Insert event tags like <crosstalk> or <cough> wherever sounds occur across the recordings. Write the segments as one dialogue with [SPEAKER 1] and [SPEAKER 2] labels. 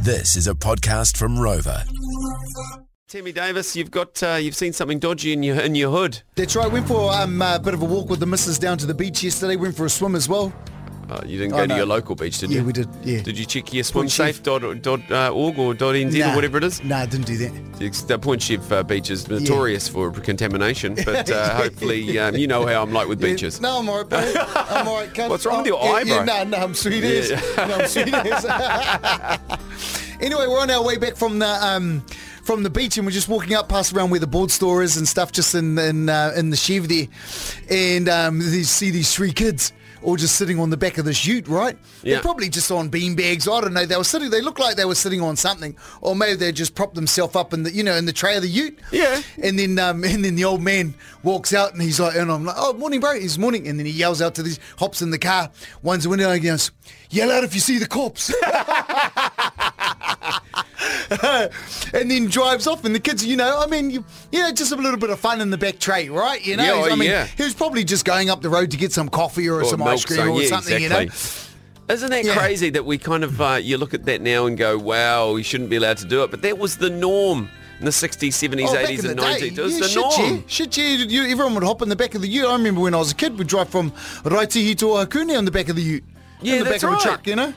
[SPEAKER 1] This is a podcast from Rover.
[SPEAKER 2] Timmy Davis, you've got uh, you've seen something dodgy in your in your hood.
[SPEAKER 3] That's right. Went for um, a bit of a walk with the missus down to the beach yesterday. Went for a swim as well.
[SPEAKER 2] Uh, you didn't
[SPEAKER 3] Oh,
[SPEAKER 2] go to
[SPEAKER 3] no.
[SPEAKER 2] your local beach, did you?
[SPEAKER 3] Yeah, we did, yeah.
[SPEAKER 2] Did you check your
[SPEAKER 3] Point Chief.
[SPEAKER 2] swimsafe.org uh, org or dot .nz or whatever it is?
[SPEAKER 3] Nah, didn't do that.
[SPEAKER 2] The ex- The Point Chief uh, beach is notorious for contamination, but
[SPEAKER 3] <laughs>
[SPEAKER 2] uh, hopefully um, you know how I'm like with beaches.
[SPEAKER 3] Yeah, no, I'm alright, bro. I'm
[SPEAKER 2] <laughs>
[SPEAKER 3] alright. cunt.
[SPEAKER 2] What's wrong with
[SPEAKER 3] Oh,
[SPEAKER 2] your eye,
[SPEAKER 3] yeah,
[SPEAKER 2] bro?
[SPEAKER 3] Yeah, no, no, I'm sweet
[SPEAKER 2] Yeah.
[SPEAKER 3] as. No,
[SPEAKER 2] <laughs>
[SPEAKER 3] I'm sweet as. <laughs> anyway, we're on our way back from the um, from the beach, and we're just walking up past around where the board store is and stuff, just in in, uh, in the Chev there, and um, you see these three kids. all just sitting on the back of this ute, right?
[SPEAKER 2] Yeah.
[SPEAKER 3] They're probably just on beanbags. I don't know. They were sitting. They looked like they were sitting on something, or maybe they just propped themselves up in the, you know, in the tray of the ute.
[SPEAKER 2] Yeah.
[SPEAKER 3] And then um, and then the old man walks out and he's like, and I'm like, oh, morning, bro. He's morning. And then he yells out to these, hops in the car, winds the window and goes, yell out if you see the cops. <laughs> and then drives off and the kids, you know, I mean, you, you know, just a little bit of fun in the back tray, right? You know,
[SPEAKER 2] Yeah, oh,
[SPEAKER 3] I mean,
[SPEAKER 2] yeah.
[SPEAKER 3] he was probably just going up the road to get some coffee or, some ice cream
[SPEAKER 2] so-
[SPEAKER 3] or
[SPEAKER 2] yeah,
[SPEAKER 3] something, you know.
[SPEAKER 2] Isn't that
[SPEAKER 3] Yeah.
[SPEAKER 2] crazy that we kind of uh, you look at that now and go, wow, you shouldn't be allowed to do it, but that was the norm in the 60s, 70s,
[SPEAKER 3] Oh,
[SPEAKER 2] 80s, and 90s. It was
[SPEAKER 3] yeah,
[SPEAKER 2] the
[SPEAKER 3] shit,
[SPEAKER 2] norm.
[SPEAKER 3] yeah. Shit, yeah. You, everyone would hop in the back of the ute. I remember when I was a kid, we'd drive from Raitihi to Ohakune on the back of the ute.
[SPEAKER 2] Yeah,
[SPEAKER 3] in the
[SPEAKER 2] that's
[SPEAKER 3] back
[SPEAKER 2] right.
[SPEAKER 3] of a truck, you know?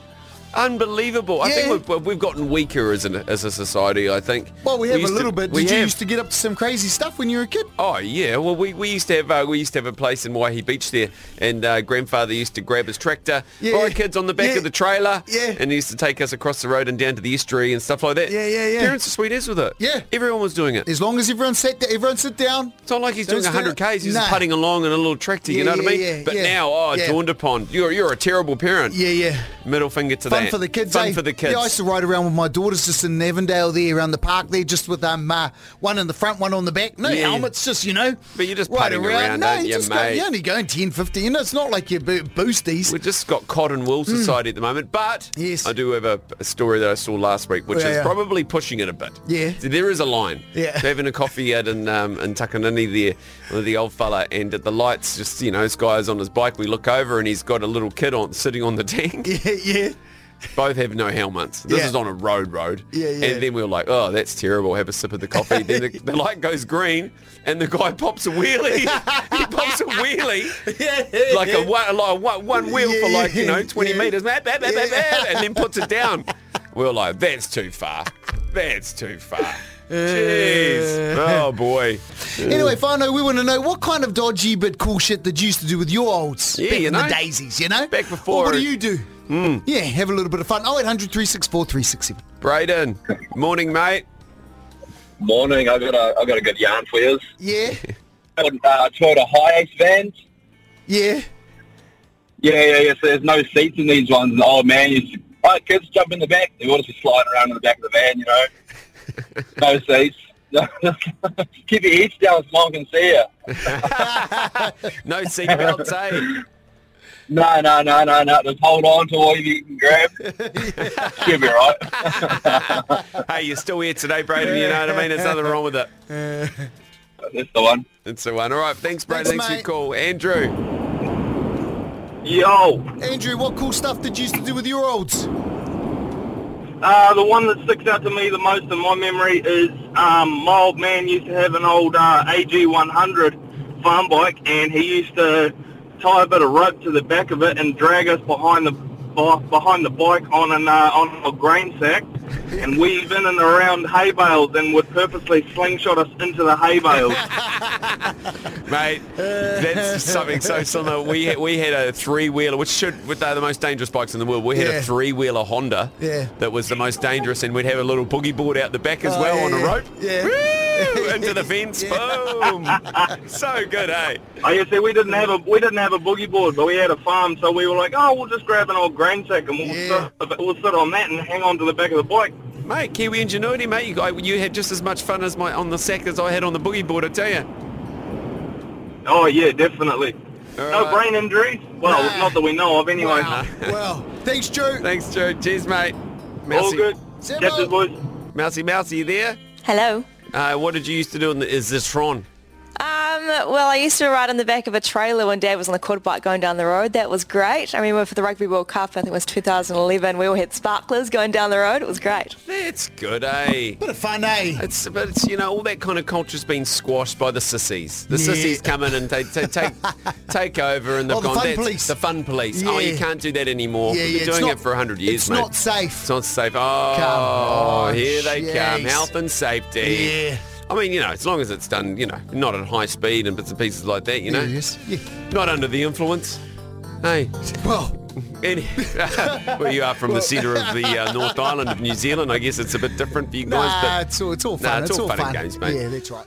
[SPEAKER 2] Unbelievable. I
[SPEAKER 3] Yeah.
[SPEAKER 2] think we've, we've gotten weaker as a, as a society, I think.
[SPEAKER 3] Well, we have a
[SPEAKER 2] used to-
[SPEAKER 3] little bit.
[SPEAKER 2] We
[SPEAKER 3] Did you
[SPEAKER 2] have.
[SPEAKER 3] used to get up to some crazy stuff when you were a kid?
[SPEAKER 2] Oh yeah, well we, we used to have uh, we used to have a place in Waihi Beach there, and uh, grandfather used to grab his tractor,
[SPEAKER 3] Yeah,
[SPEAKER 2] borrow
[SPEAKER 3] yeah.
[SPEAKER 2] kids on the back
[SPEAKER 3] Yeah.
[SPEAKER 2] of the trailer,
[SPEAKER 3] Yeah.
[SPEAKER 2] and he used to take us across the road and down to the estuary and stuff like that.
[SPEAKER 3] Yeah, yeah, yeah.
[SPEAKER 2] Parents are sweet as with it.
[SPEAKER 3] Yeah.
[SPEAKER 2] everyone was doing it.
[SPEAKER 3] As long as everyone sat down, everyone sit down.
[SPEAKER 2] It's not like he's doing
[SPEAKER 3] Those that-
[SPEAKER 2] 100 k's. He's just
[SPEAKER 3] Nah.
[SPEAKER 2] putting along in a little tractor. you
[SPEAKER 3] Yeah,
[SPEAKER 2] know what I
[SPEAKER 3] yeah,
[SPEAKER 2] mean?
[SPEAKER 3] yeah,
[SPEAKER 2] but
[SPEAKER 3] yeah.
[SPEAKER 2] now, oh, it
[SPEAKER 3] Yeah.
[SPEAKER 2] dawned upon you're you're a terrible parent.
[SPEAKER 3] Yeah, yeah.
[SPEAKER 2] Middle finger to
[SPEAKER 3] Fun
[SPEAKER 2] that.
[SPEAKER 3] for the kids,
[SPEAKER 2] Fun
[SPEAKER 3] eh?
[SPEAKER 2] for the kids.
[SPEAKER 3] Yeah, I used to ride around with my daughters just in Avondale there around the park there, just with um, uh, one in the front, one on the back. No
[SPEAKER 2] Yeah, yeah.
[SPEAKER 3] helmets, just, you know.
[SPEAKER 2] But you're just
[SPEAKER 3] ride
[SPEAKER 2] putting around,
[SPEAKER 3] no,
[SPEAKER 2] aren't
[SPEAKER 3] you
[SPEAKER 2] you,
[SPEAKER 3] just Go,
[SPEAKER 2] mate?
[SPEAKER 3] you're only going 10, 15. You know, it's not like you're bo- boosties.
[SPEAKER 2] We've just got cotton wool society at the moment, but
[SPEAKER 3] Hmm. Yes.
[SPEAKER 2] I do have a, a story that I saw last week, which
[SPEAKER 3] Yeah,
[SPEAKER 2] is
[SPEAKER 3] yeah.
[SPEAKER 2] probably pushing it a bit.
[SPEAKER 3] Yeah.
[SPEAKER 2] So there is a line. <laughs>
[SPEAKER 3] Yeah.
[SPEAKER 2] They're having a coffee out in, um, in Takanini there with the old fella, and at the lights, just, you know, this guy's on his bike. We look over, and he's got a little kid on sitting on the <laughs> tank.
[SPEAKER 3] Yeah, yeah.
[SPEAKER 2] Both have no helmets. This
[SPEAKER 3] Yeah.
[SPEAKER 2] is on a road road.
[SPEAKER 3] Yeah, yeah.
[SPEAKER 2] And then we were like, oh, that's terrible. Have a sip of the coffee. then
[SPEAKER 3] <laughs>
[SPEAKER 2] the, the light goes green, and the guy pops a wheelie. he pops a wheelie
[SPEAKER 3] <laughs>
[SPEAKER 2] like a one, like one, one wheel for
[SPEAKER 3] Yeah,
[SPEAKER 2] like you know 20
[SPEAKER 3] yeah.
[SPEAKER 2] meters blah, blah, blah, blah,
[SPEAKER 3] Yeah.
[SPEAKER 2] blah, and then puts it down we are like that's too far that's too far jeez oh boy
[SPEAKER 3] Anyway, Fano, we want to know what kind of dodgy but cool shit did you used to do with your olds
[SPEAKER 2] Yeah,
[SPEAKER 3] back
[SPEAKER 2] you
[SPEAKER 3] in
[SPEAKER 2] know.
[SPEAKER 3] the daisies, you know?
[SPEAKER 2] Back before- Hmm.
[SPEAKER 3] Or what do you do? Yeah, have a little bit of fun. 0800 364 367.
[SPEAKER 2] Braden morning mate
[SPEAKER 4] Morning, I got a I got a good yarn for you.
[SPEAKER 3] Yeah,
[SPEAKER 2] <laughs>
[SPEAKER 4] Uh, Toyota high ace vans.
[SPEAKER 3] yeah.
[SPEAKER 4] Yeah, yeah, yeah. So there's no seats in these ones. And the old man used to, oh, kids jump in the back. They all just slide around in the back of the van, you know. no seats. <laughs> Keep your heads down so no one can see you.
[SPEAKER 2] no
[SPEAKER 3] <laughs>
[SPEAKER 2] seatbelts eh
[SPEAKER 4] No, no, no, no, no. Just hold on to whatever you can grab. You'll be all right. <laughs>
[SPEAKER 2] hey you're still here today Braden you know what I mean there's nothing wrong with it
[SPEAKER 4] That's the one.
[SPEAKER 2] it's the one all right thanks Braden thanks,
[SPEAKER 3] Thanks,
[SPEAKER 2] for your call Andrew
[SPEAKER 5] Yo,
[SPEAKER 3] Andrew, what cool stuff did you used to do with
[SPEAKER 2] <laughs>
[SPEAKER 3] your olds?
[SPEAKER 5] uh, the one that sticks out to me the most in my memory is um, my old man used to have an old uh, AG100 farm bike, and he used to tie a bit of rope to the back of it and drag us behind the beh- behind the bike on an uh, on a grain sack, and weave in and around hay bales, and would purposely slingshot us into the hay bales.
[SPEAKER 2] mate
[SPEAKER 3] <laughs>
[SPEAKER 2] that's something so similar we had, we had a three wheeler which should with the most dangerous bikes in the world we had a
[SPEAKER 3] Yeah.
[SPEAKER 2] three wheeler Honda
[SPEAKER 3] Yeah.
[SPEAKER 2] that was the most dangerous and we'd have a little boogie board out the back as
[SPEAKER 3] Oh,
[SPEAKER 2] well
[SPEAKER 3] yeah,
[SPEAKER 2] on a
[SPEAKER 3] yeah.
[SPEAKER 2] rope
[SPEAKER 3] Yeah. <laughs>
[SPEAKER 2] Woo! into the fence boom so good eh? hey
[SPEAKER 5] Oh yeah, see, we didn't have a we didn't have a boogie board, but we had a farm, so we were like, oh, we'll just grab an old grain sack and we'll,
[SPEAKER 3] Yeah.
[SPEAKER 5] sit, we'll sit on that and hang on to the back of the bike.
[SPEAKER 2] mate Kiwi ingenuity mate you, got, you had just as much fun as my on the sack as I had on the boogie board I tell you
[SPEAKER 5] Oh yeah, definitely. no
[SPEAKER 2] Alright.
[SPEAKER 5] brain injuries? Well,
[SPEAKER 3] Nah.
[SPEAKER 5] not that we know of, anyway.
[SPEAKER 3] Wow. well, thanks, Joe.
[SPEAKER 2] thanks Joe cheers mate
[SPEAKER 5] All
[SPEAKER 2] Mousy
[SPEAKER 5] good.
[SPEAKER 3] Zero.
[SPEAKER 5] Catches, boys.
[SPEAKER 2] Mousy Mousy you there
[SPEAKER 6] Hello.
[SPEAKER 2] uh, what did you used to do in the, is this Tron
[SPEAKER 6] Um, well, I used to ride on the back of a trailer when Dad was on the quarter bike going down the road. That was great. I remember for the Rugby World Cup, I think it was 2011, we all had sparklers going down the road. It was great.
[SPEAKER 2] That's good, eh?
[SPEAKER 3] Bit of fun, eh?
[SPEAKER 2] It's, but it's, you know, all that kind of culture's been squashed by the sissies. The
[SPEAKER 3] Yeah.
[SPEAKER 2] sissies come in and they, they
[SPEAKER 3] <laughs>
[SPEAKER 2] take take over and they've
[SPEAKER 3] Oh, the
[SPEAKER 2] gone,
[SPEAKER 3] fun
[SPEAKER 2] "That's
[SPEAKER 3] police."
[SPEAKER 2] the fun police. Oh,
[SPEAKER 3] Yeah.
[SPEAKER 2] you can't do that anymore.
[SPEAKER 3] Yeah,
[SPEAKER 2] We've
[SPEAKER 3] yeah,
[SPEAKER 2] been
[SPEAKER 3] it's
[SPEAKER 2] doing
[SPEAKER 3] not-
[SPEAKER 2] it for 100 years,
[SPEAKER 3] it's
[SPEAKER 2] mate.
[SPEAKER 3] not safe.
[SPEAKER 2] It's not safe. Oh,
[SPEAKER 3] on,
[SPEAKER 2] here they come.
[SPEAKER 3] jeez.
[SPEAKER 2] Health and safety.
[SPEAKER 3] Yeah.
[SPEAKER 2] I mean, you know, as long as it's done, you know, not at high speed and bits and pieces like that, you know.
[SPEAKER 3] Yes. Yeah.
[SPEAKER 2] Not under the influence. Hey,
[SPEAKER 3] Well,
[SPEAKER 2] any, <laughs> well, you are from the centre of the uh, North Island of New Zealand. I guess it's a bit different for you guys,
[SPEAKER 3] nah,
[SPEAKER 2] but
[SPEAKER 3] it's all, it's all
[SPEAKER 2] Nah,
[SPEAKER 3] fun.
[SPEAKER 2] it's all fun and games, mate.
[SPEAKER 3] Yeah, that's right.